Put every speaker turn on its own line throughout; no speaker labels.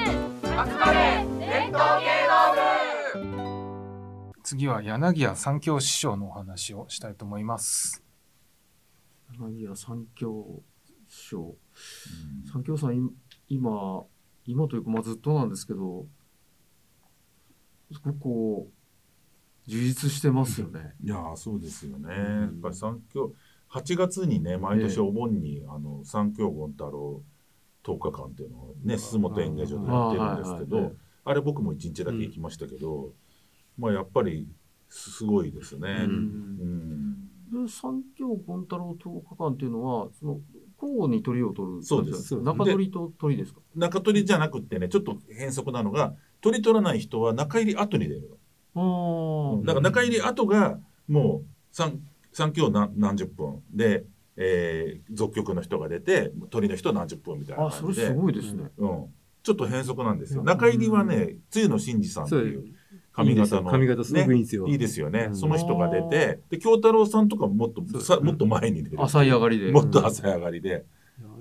集まれ伝統芸能部
次は柳家三京師匠のお話をしたいと思います。
柳家三京師匠、三京さん、い今、今というか、まあ、ずっとなんですけど、すごくこう、充実してますよね。
いやーそうですよね。
ん
やっぱり三教8月にね毎年お盆に、あの三教権太郎10日間っていうのをね
うん
洲本演芸場でやってるんですけど、
あ
あ
ーはいはいはい
れ僕も1日だけ行きましたけど、まあやっぱりすすごいですね。
う
うんん
で三京権太郎10日間っていうのは、その交互に鳥を取る感じなんか
そうです
中鳥と鳥ですか。
中取りじゃなくってねちょっと変則なのが取り取らない人は中入り後に出る
ああ、
の。だから中入り後がもう三三教何何十分で。えー、俗曲の人が出て鳥の人何十分みたいな
あ、
感じ
そ
で
れすごいですね。
うん、ちょっと変則なんですよ。
うん
中入りはね、つゆの真二さんって
そう
いう髪
いいです
型
よ
の。
髪型すごくいいんですよ。
ねいいですよね。
うん
その人が出て、で、京太郎さんとかもっと、
そう
さもっと前に出る。
浅い上がりで。
もっと朝上がりで。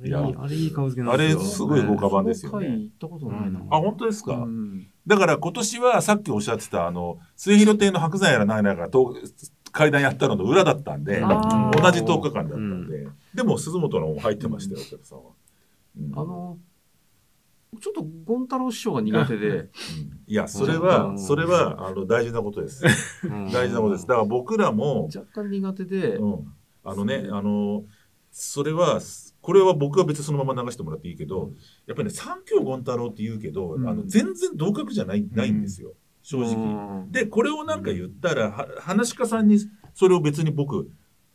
いやあれいいあれいい顔つけなん
あ
です
れ、
よ。
すごい豪華版ですよ
その回
ね。
行ったことないな。
うん
あ、本当ですか、
うん
だから今年はさっきおっしゃってた、あの、末広亭の白山やら何やらがと階段やったのの裏だったんで、
あー
同じ10日間だったんで、でも鈴本の方も入ってましたよ、お客さんは。うん
あの、ちょっとゴン太郎師匠が苦手で、
うんいや、それは、それは、あの、大事なことです。
うん
大事なことです。だから僕らも、
若干苦手で、
うん、あのね、あの、それは、これは僕は別にそのまま流してもらっていいけど、やっぱりね、三京権太郎って言うけど、
うん
あの全然同格じゃないないんですよ、正直。
うん
で、これをなんか言ったら、は話し家さんに、それを別に僕、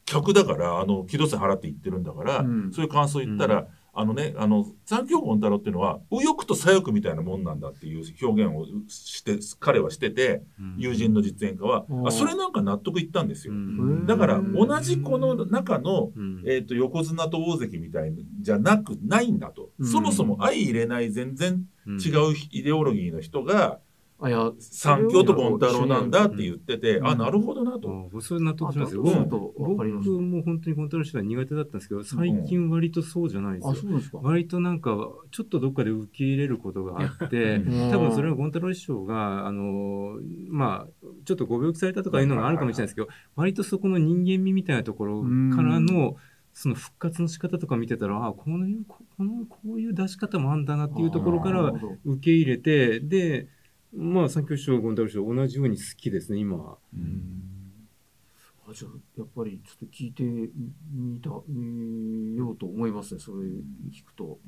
客だから、あの、木戸線払って言ってるんだから、
うん
そういう感想言ったら、あのね、あの、三京権太郎っていうのは、右翼と左翼みたいなもんなんだっていう表現をして、彼はしてて、友人の実演家は、
うん
あそれなんか納得いったんですよ。
うん
だから
うん
同じこの中の、
うん
えー、と横綱と大関みたいなじゃなくないんだと、
うん
そもそも相入れない全然
うん
違うイデオロギーの人が
あいや
三強と権太郎なんだって言ってて、
うん
あなるほどなと、
あ僕それ納得しますよ。
あ納
僕
得
わかります
僕も本当にコントロールしたら苦手だったんですけど、最近割とそうじゃないです
あ、
よ
そ。うなんですか。
割となんか、ちょっとどっかで受け入れることがあって、多分それはゴン太郎師匠が、あのまあ、ちょっとご病気されたとかいうのがあるかもしれないですけど、割とそこの人間味みたいなところからの、その復活の仕方とか見てたら、あこのいう、ここの、こういう出し方もあんだなっていうところから
な
は
るほど
受け入れて、で、まあ、三京師匠、ゴン太郎師匠、同じように好きですね、今。
あじゃあやっぱりちょっと聞いてみたみようと思いますね、それ聞くと。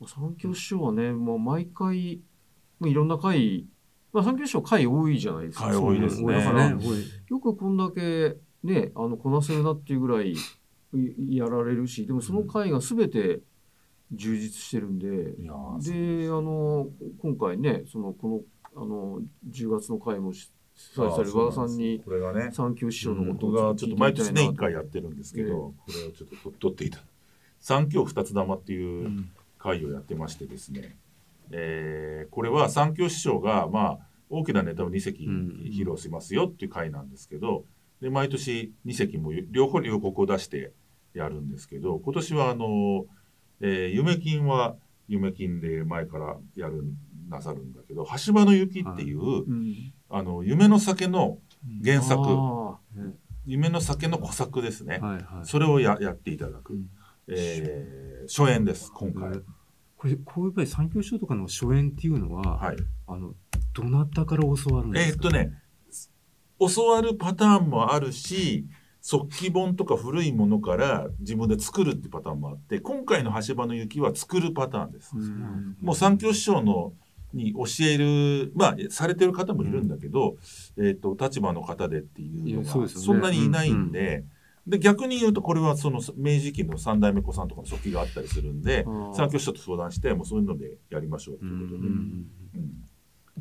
まあ三教師匠はね、まあ、毎回、まあ、いろんな回、まあ、三教師匠回多いじゃないですか。
回多いですね
だ
だ
か
からら、多い
よくこんだけね、あの、こなせるなっていうぐらいいやられるし、でもその回が全て充実してるんで、
いやー
で、あの、今回ね、その、この、あの、10月の回も主
そう
催される和田さんに、
これがね
三教師匠のこと
僕がちょっと毎年ね
一
一回やってるんですけど、これをちょっと取取っていた三強二つ玉っていう、会をやってましてですね、えーこれは三京師匠が、まあ、大きなネタを2席
うん
披露しますよっていう会なんですけど、で毎年2席も両方両国を出してやるんですけど今年はあの、えー夢金は夢金で前からやるなさるんだけど「橋場の雪」っていう、
うん、
あの夢の酒の原作
あ
夢の酒の小作ですね、
はいはい。
それをややっていただく、
うん
えー初演です今回。
これ、こういう場合、三教師匠とかの初演っていうのは、
はい
あの、どなたから教わるんで
えー
す
っ
か
とね、教わるパターンもあるし、速記本とか古いものから自分で作るってパターンもあって、今回の橋場の雪は作るパターンです。
ーうん
もう三教師匠のに教える、まあ、されてる方もいるんだけど、えーっと、立場の方でってい
いうや
の
そう
が
ですよね
そんなにいないんで、で逆に言うとこれはその明治期の三代目子さんとかの速記があったりするんで
あー
三教師匠と相談してもうそういうのでやりましょうと
うん
いうことで、うん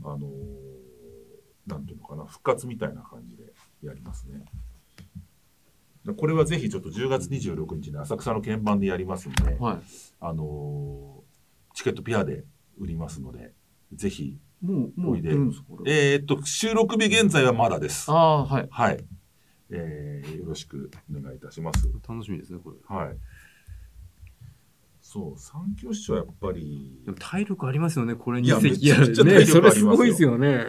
あのーなんていうのかな復活みたいな感じでやりますね。でこれはぜひちょっと10月26日に浅草の鍵盤でやりますんで、
はい。
あのーチケットピアで売りますので、ぜひ、
もう、もう言ってるんですか、これ。
えーっと、収録日現在はまだです。
ああ、はい。
はい。えーよろしくお願いいたします。
楽しみですね、これ。
はい。そう、三教師匠はやっぱり、
でも体力ありますよね、これ
い
二
や
席や
めちゃ
る
くちゃ
ね。
体
そ
力あり
れ
ます
す
よ
ごいですよね。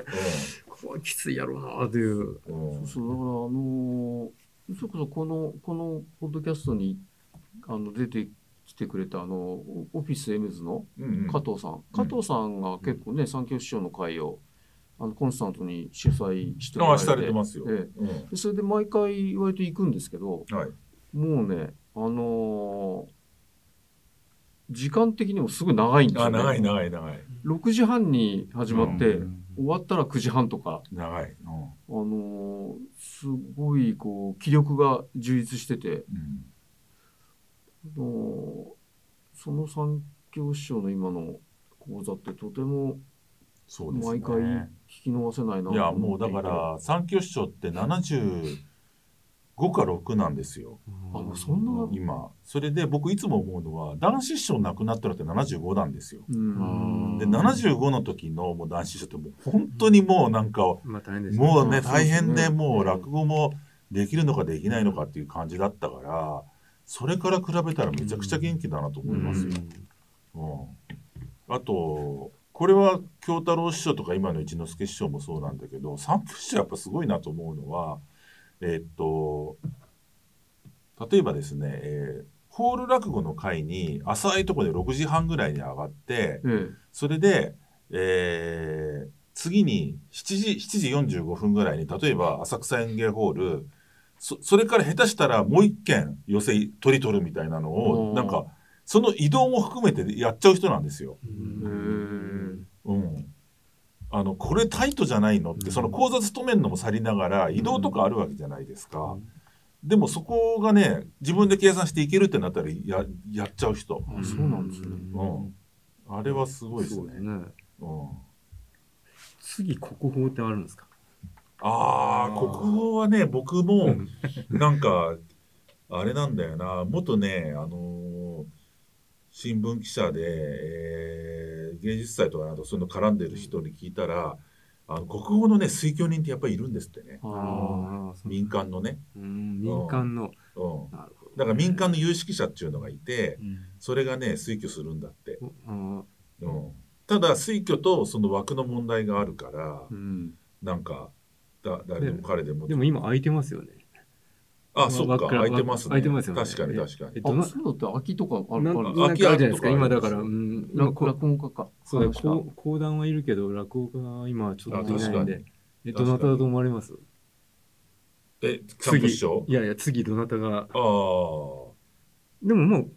これきついやろうなという。
うんう
そうそう、
ん
だから、あのーそれこそこの、このポッドキャストに、あの、出てきてくれた、あの、オオフィスエムズの
うんうん
加藤さん。加藤さんが結構ね、三教師匠の会を、あの、コンスタントに主催しておら
あ
れて。
されてますよ。
え
うん
えでそれで毎回割と行くんですけど、
はい。
もうね、あのー時間的にもすごい長いんですよ、
あ、
ね。
長い長い長い。
6時半に始まって、
うん
終わったら9時半とか、
長い。うん
あのーすごいこう気力が充実してて、あ
うん
のーその三教師匠の今の講座ってとても
そうですね。
毎回聞き逃せないなと思っ
い
てい
や、もうだから、三教師匠って75か6なんですよ。
あのそんな
今。それで僕いつも思うのは、男子師匠亡くなったのって75なんですよ。
う
うん
ん
で、75の時のもう男子師匠ってもう本当にもうなんか、
まあ大変です
もう
あそ
ね、
うで
大
すね
変で、も
う
うん落語もできるのかできないのかっていう感じだったから、それから比べたらめちゃくちゃ元気だなと思いますよ。うんあと、これは京太郎師匠とか今の一之輔師匠もそうなんだけど、三教師匠やっぱすごいなと思うのは、えーっと、例えばですね、えーホール落語の会に浅いところで6時半ぐらいに上がって、
ええ
それで、えー次に7時、7時45分ぐらいに、例えば浅草園芸ホール、そそれから下手したらもう一件寄せ取り取るみたいなの
お
を、
ー
なんか、その移動も含めてやっちゃう人なんですよ。
うん
うん。あの、これタイトじゃないのっ
う
て、
ん
その講座勤めるのも去りながら、移動とかあるわけじゃないですか。でもそこがね、自分で計算していけるってなったら、や、やっちゃう人。
あそうなんですね。
うん。あれはすごいです
そうです
ね。
ね。
うん。
次国宝ってあるんですか。
ああ、
あー
国語はね、僕も、なんか、あれなんだよな、元ね、あのー新聞記者で、えー芸術祭とかなんかそういうの絡んでる人に聞いたら、あの国語のね、推挙人ってやっぱりいるんですってね。
あー
ああ、
民間のね。
うん民間の。
うん。
なるほど
だから民間の有識者っていうのがいて、それがね、推挙するんだって。
うん
うん。ただ、推挙とその枠の問題があるから
う、ん
なんか、だ誰でも彼でも。
でも今空いてますよね。
あ、そっか、
枠から
空いてますね。
空いてますよね
確かに確か
え
に。
ど
あ、
な
そうだって空きとかある
な
あ
ん
る
か
あ
なんかあるじゃないです
空き
か、
家
今
とかあります
だから、うん、今
落
こ
落語家か。
そうだ
話した
こう講談はいるけど、落語家、今ちょっといないん
あ
で。え、
確かに
どなただと思われます
え、キャンプ師匠
いやいや、次どなたが。
ああ、
でももう、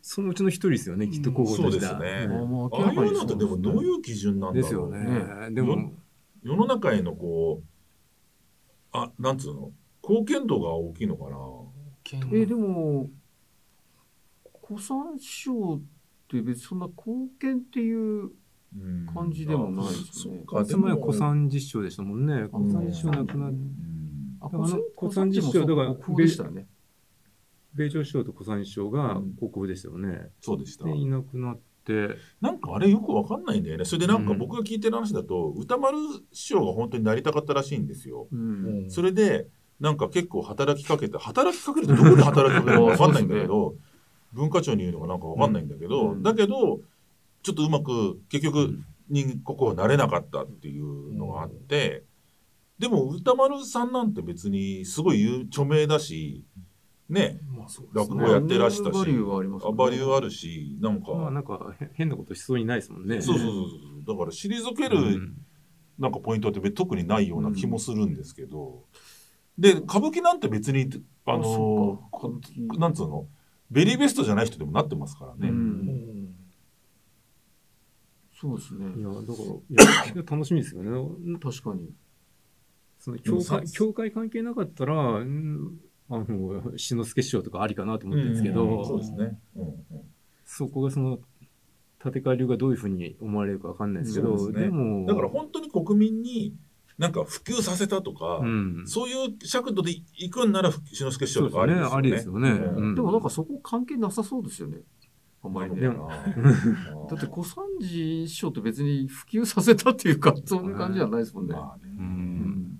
そのうちの一人ですよね、きっと候補としては
そうですね
あー
うん
もう明
あ
ら
あい
かに
うのってでもどういう基準なんだろう
ですよね。でも、
世の中へのこう、あ、なんつうの貢献度が大きいのかな
えーでも古参師匠って別にそんな貢献っていう
うん
感じでもないです
そ
ね
っ。か、
いつもは
でも
古参実証でしたもんね。古参実証なくなっ
うん
あ
だからあの
古
古
参
参
師
師
匠だ
匠だ
か
からら
国宝でしたよね。
米朝首相と古参首相が
うん
国宝ですよね。
そうでした
で、。いなくなって、
なんかあれよくわかんないんだよね。それでなんか
うん
僕が聞いてる話だと、歌丸師匠が本当になりたかったらしいんですよ。
うん
それで、なんか結構働きかけて、働きかけるってどこで働きかけるのか分かんないんだけど、文化庁に言うのかなんか分かんないんだけど、
うん
だけど、ちょっとうまく、結
う
局
ん、
人ここはなれなかったっていうのがあって、でも歌丸さんなんて別にすごい有著名だし、ね、
まあそう
ですね落語やってらしたし
バリューはあります
あバリューあるし、なんか、
まあなんかへ変なことしそうにないですもんね。
そうそうそうそう、だから退ける、
うん
なんかポイントって特にないような気もするんですけど、で歌舞伎なんて別にあのこなんつうのベリーベストじゃない人でもなってますからね。
うんそうです
い
ね。
や、だからいや、楽しみですよね。
確かに。
その
でも
教
さ
会、教会関係なかったら、うんあの、志の輔師匠とかありかなと思ってるんですけ
うんそう
ど
で、すね。うん
そこがその、立川流がどういうふうに思われるかわかんないですけ
そ
ど、
うですね
で
うん
も、
だから本当に国民になんか普及させたとか、
うん。
そういう尺度で行くんなら志の輔師匠とか
そ
あ
う
り
です
です
ね、
よね。
ありですよね。
うん
う
でもなんかそこ関係なさそうですよね。あんまりね。
で
だ
も
あー
って古参師匠って別に普及させたっていうか、そういう感じじゃないですもんね。
まあね。
うん
うん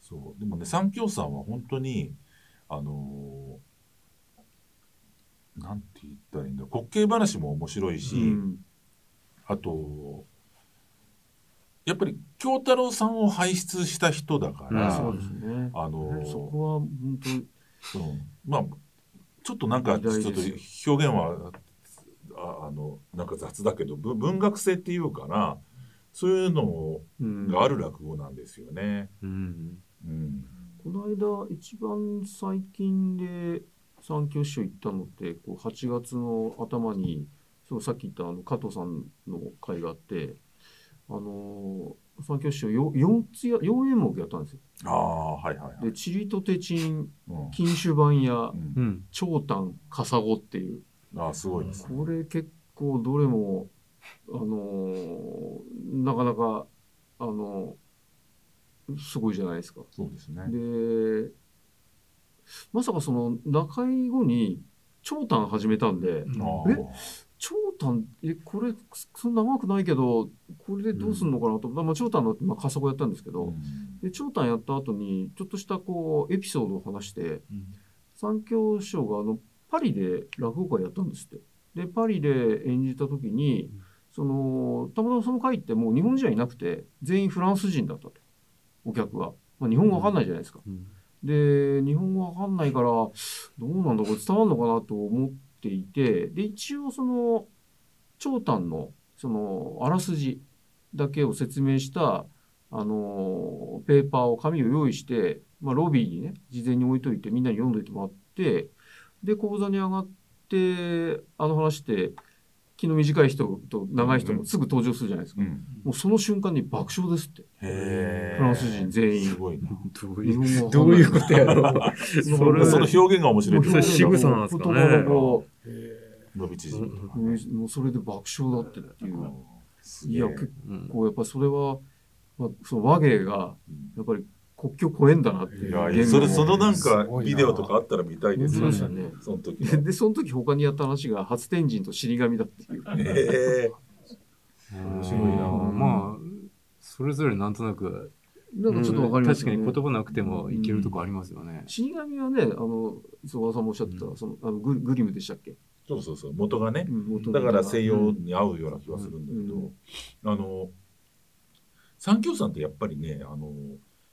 そうでもね三協さんは本当にあのー、なんて言ったらいいんだろう滑稽話も面白いし、
うん
あとやっぱり京太郎さんを輩出した人だか
うん
ら、
そうですね。
あの
そこは本当に
うんまあちょっとなんか
偉
ちょっ
大
と表
です
現はああのなんか雑だけどぶ文学性っていうかなそういうの
うん
がある落語なんですよね。
うん
うん
この間一番最近で三教師匠行ったのってこう8月の頭にそのさっき言ったあの加藤さんの会があってあのー三教師匠よ4つや4演目やったんですよ。
ああはいはいはい。
で「チリとテチン」
う
「
ん
金酒番や
うん
うん
「長短」「カサゴ」っていう
ああすごいですね。
これ結構どれもあのーなかなかあのーすごいじゃないですか。
そうですね。
でまさかその中居後に長短始めたんで
うん
あ
え長短えこれそんな長くないけどこれでどうすんのかなと、まあ長短の、まあ、カサゴやったんですけ
あ
ど、で長短やった後にちょっとしたこうエピソードを話して三協師匠があのパリで落語会やったんですって。でパリで演じた時に
うん
そのたまたまその会ってもう日本人はいなくて全員フランス人だったとお客が、まあ、日本語わかんないじゃないですか。
うん
で日本語わかんないからどうなんだこれ伝わるのかなと思っていてで一応その長短のそのあらすじだけを説明したあのペーパーを紙を用意して、まあ、ロビーにね事前に置いといてみんなに読んどいてもらってで講座に上がってあの話って気の短い人と長い人もすぐ登場するじゃないですか、
うん、
もうその瞬間に爆笑ですって
へえ。
フランス人全員
すごいな。
どう
日
いう
本語わか
ど
ん
う
ない
いうことやろう それ
その表現が面白い
もうそれ仕草なんですかね
言葉のこ
伸び縮みとか
う
ね。
もうそれで爆笑だってっていうう。
んす
い
げえ
や、結
うん
構やっぱそれは、まあ、その和芸が、やっぱり国境越えんだなっていう言
いや
語。
いやそれそのなん
す
か
ごいな
ビデオとかあったら見たいですよ
本当で
ね
すよね。
その時
で
の。
で、その時他にやった話が、初天神と死神だっていう。
ええ
面
白いな
まあそれぞれなんとなく
なんかちょっとわかりますよね。
うん確かに言葉なくてもいけるとこありますよね。
死神はね、あの、磯川さんもおっしゃってた、
うん
その、あのググリムでしたっけ、
そうそうそう元がね
う。ん元々
だ
が
から西洋に合うような気はするんだけど、
うん
あの三協さんってやっぱりねあの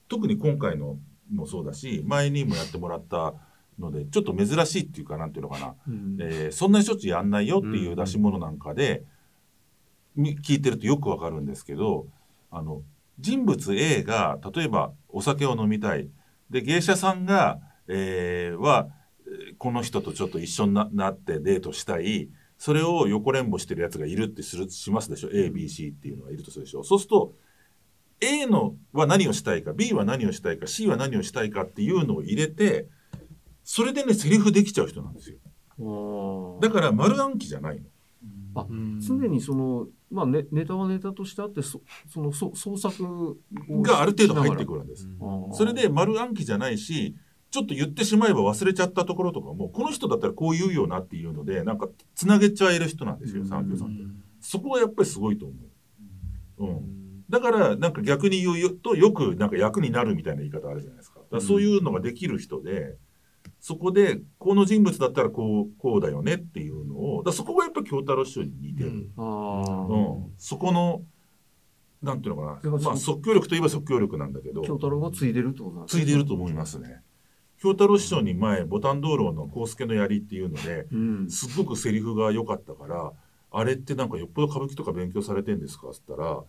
特に今回のもそうだし前にもやってもらったのでちょっと珍しいっていうかなんていうのかな
うん
えーそんなにしょっちゅうやんないよって
う
いうん出し物なんかで、み聞いてるとよくわかるんですけどあの人物 A が例えばお酒を飲みたいで芸者さんが、えーはえーこの人とちょっと一緒にななってデートしたいそれを横連母してるやつがいるってするしますでしょ ABC っていうのがいるとするでしょそうすると A のは何をしたいか B は何をしたいか C は何をしたいかっていうのを入れてそれでねセリフできちゃう人なんですよ。
あー
だから丸暗記じゃないの。
うん
常にその、まあね、ネタはネタとしてあってそそのそ創作を
がある程度入って
る
くるんです。
あー
それで丸暗記じゃないし、ちょっと言ってしまえば忘れちゃったところとかも、この人だったらこう言うよなっていうので、なんかつなげちゃえる人なんです
う
よ、
ん
三協さ
うん
って。
ん
そこがやっぱりすごいと思う。うん。だから、なんか逆に言うと、よくなんか役になるみたいな言い方あるじゃないですか。だからそういうのができる人で、そこで、この人物だったらこう、こうだよねっていうのを、だからそこがやっぱ京太郎師匠に似てる。
うん
あー
うん、そこの、なんていうのか
だか
な、
らそ
ま
の
あ、即興力といえば即興力なんだけど、
京太郎がついでるってことなんです
つ
ね
いでいると思いますね。京太郎師匠に前、ボタン道路の康介の槍っていうので、
うん
すっごくセリフが良かったから、あれってなんかよっぽど歌舞伎とか勉強されてんですかっつったら、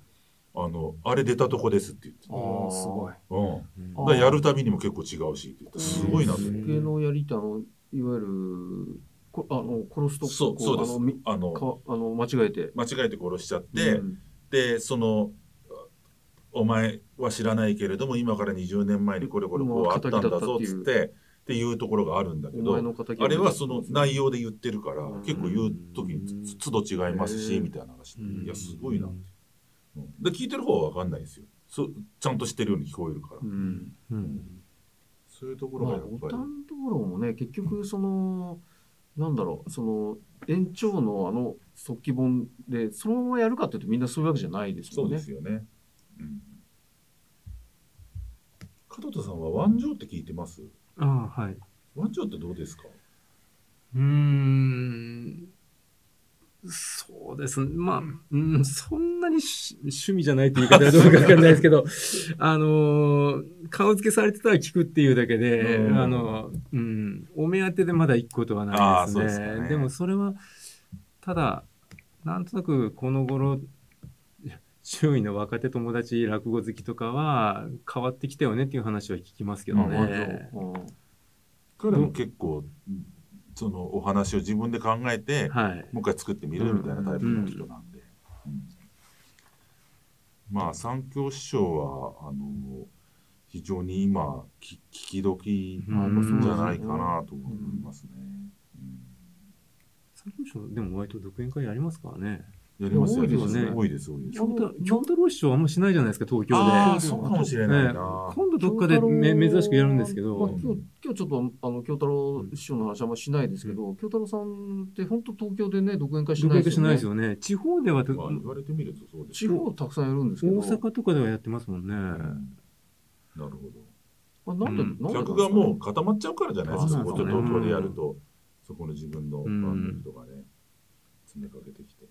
あの、あれ出たとこですって言ってた。
ああすごい。
うん。
うん
だからやるたびにも結構違うしって言って、すごいなと思って。
芸能やりってあのいわゆるこあの殺すとこ
そう、そうです
あのみ。
あの、
かあの間違えて
間違えて殺しちゃって、
うん
でそのお前は知らないけれども今から20年前にこれこれこうあったんだぞっつってっていうところがあるんだけ
お前
ど
の敵
あれはその内容で言ってるから
うん
結構言う時につ都度違います
へ
し
ー
みたいな話
うん
いやすごいな、うんで聞いてる方は分かんないですよそちゃんとしてるように聞こえるから、
うん
うん
そういうところ
ま
が
あ
やっ
ボ
ぱり
タ、ン道路もね結局そのなんだろうその延長のあの即記本でそのままやるかっていうとみんなそういうわけじゃないです
そ
も
うん
ね
ですよね、うん加藤田さんは「ワンジョー」って聞いてます
ああはい。
ワンジョーってどうですか
うーんそうですね。まあ、うん、そんなにし趣味じゃないという言い方はどうかわかんないです けど、あのー、顔付けされてたら聞くっていうだけで、
うん
あの、うん、お目当てでまだ行くことは
あ
な
あ
いです
そう
ね。
です
で
かね
もそれは、ただ、なんとなくこの頃、周囲の若手友達、落語好きとかは変わってきたよねっていう話は聞きますけど
な
ね。
彼も結構、そのお話を自分で考えて、
はい。
もう一回作ってみるみたいなタイプの人なんで、まあ三協師匠はあの非常に今き聞き時なんじゃないかなと思いますね、
三遊亭でも割と独演会ありますからね。
やります
多
よ
いです
ね
ね多いです多いです
京太京太郎師匠はあんましないじゃないですか、東京で。
ああそうかもしれないな、
今度どっかでめ珍しくやるんですけ
まあ
ど、
今日今日ちょっとあの京太郎師匠の話はあんましないですけど、京太郎さんって本当東京でね独演会し
独
ない
演
で
会
す
し
よ
な
ね
いです。よね。地方ではと、
まあ、言われてみるとそうです
地方たくさんやるんですけ
大
ど、
阪とかではやってますもんね。
うんなるほ
あなんで、
うん
なんでなん
ど
です
客
か
がもう固まっちゃうからじゃないです
あ
か
そう
こ
です
っ
ね
ち東京でやると、そこの自分のファンの人がね、詰めかけてきて、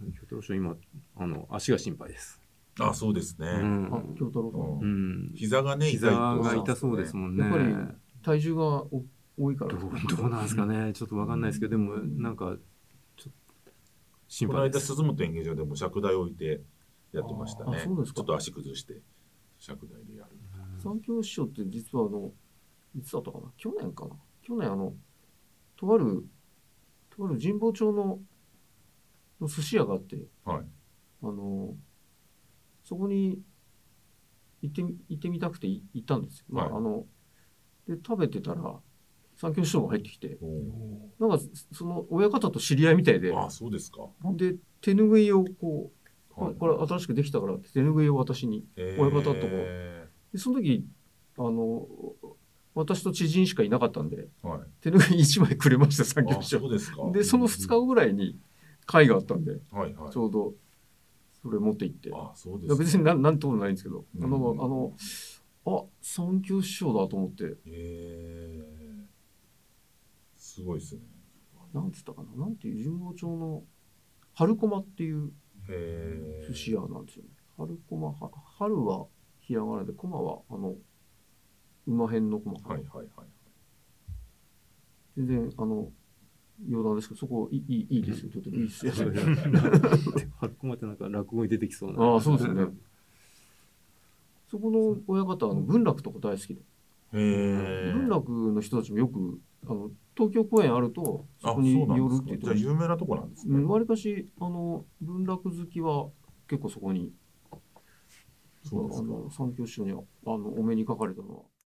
京都市は今あの足が心配です。
あそうですね、
う
あ
ん、
京太郎さん、
うん、
膝がね
膝
痛い
が
と
痛そうですもんね。
やっぱり体重がお多いから
どうどうなんですかね、ちょっとわかんないですけど、でもなんかちょっと心
この
配
間
です。
鈴本演芸場でも尺台置いてやってましたね
あそうですか
ちょっと足崩して尺台でやる
三京師匠って実はあの、いつだったかな去年かな去年あの、とある、とある神保町の、の寿司屋があって、
はい
あの、そこに行ってみ、行ってみたくてい行ったんですよ。まあ、
はい
あの、で、食べてたら、三京師匠が入ってきて、なんか、その、親方と知り合いみたいで、
あそうですか、
で、手拭いをこう、
はい
これこれ新しくできたからって手拭いを私に、
え
親方とこでその時あの私と知人しかいなかったんで
はい
手拭い1枚くれました産業
あ
省
そうですか
でその2日後ぐらいに会があったんで
はいはい
ちょうどそれ持って行って
あそうですか
別に何何ともないんですけどあの
うん
あのあ産業師匠だと思って
えーすごいですね
なんつったかななんていう神保町の春駒っていう
えー
寿司屋なんですよね春駒は春はひらがなで駒はあの馬編の駒かな
はいはいはい
全然、あの、余談ですけど、そこいいいいいいですよ、とてもいいですよ。
発行までなんか落語に出てきそうな。
ああ、そうですよね。そこの親方、あの文楽とか大好きで、
えー
文楽の人たちもよく、あの東京公演あると、そ
あそ
こ
う
に寄
なん
る
です
って
か
言って
じゃあ
ました。
有名なとこなんです
うん
ね
わりかし、あの、文楽好きは結構そこに、あ
そうですか
の、三教師匠に、あの、お目にかかれたのは。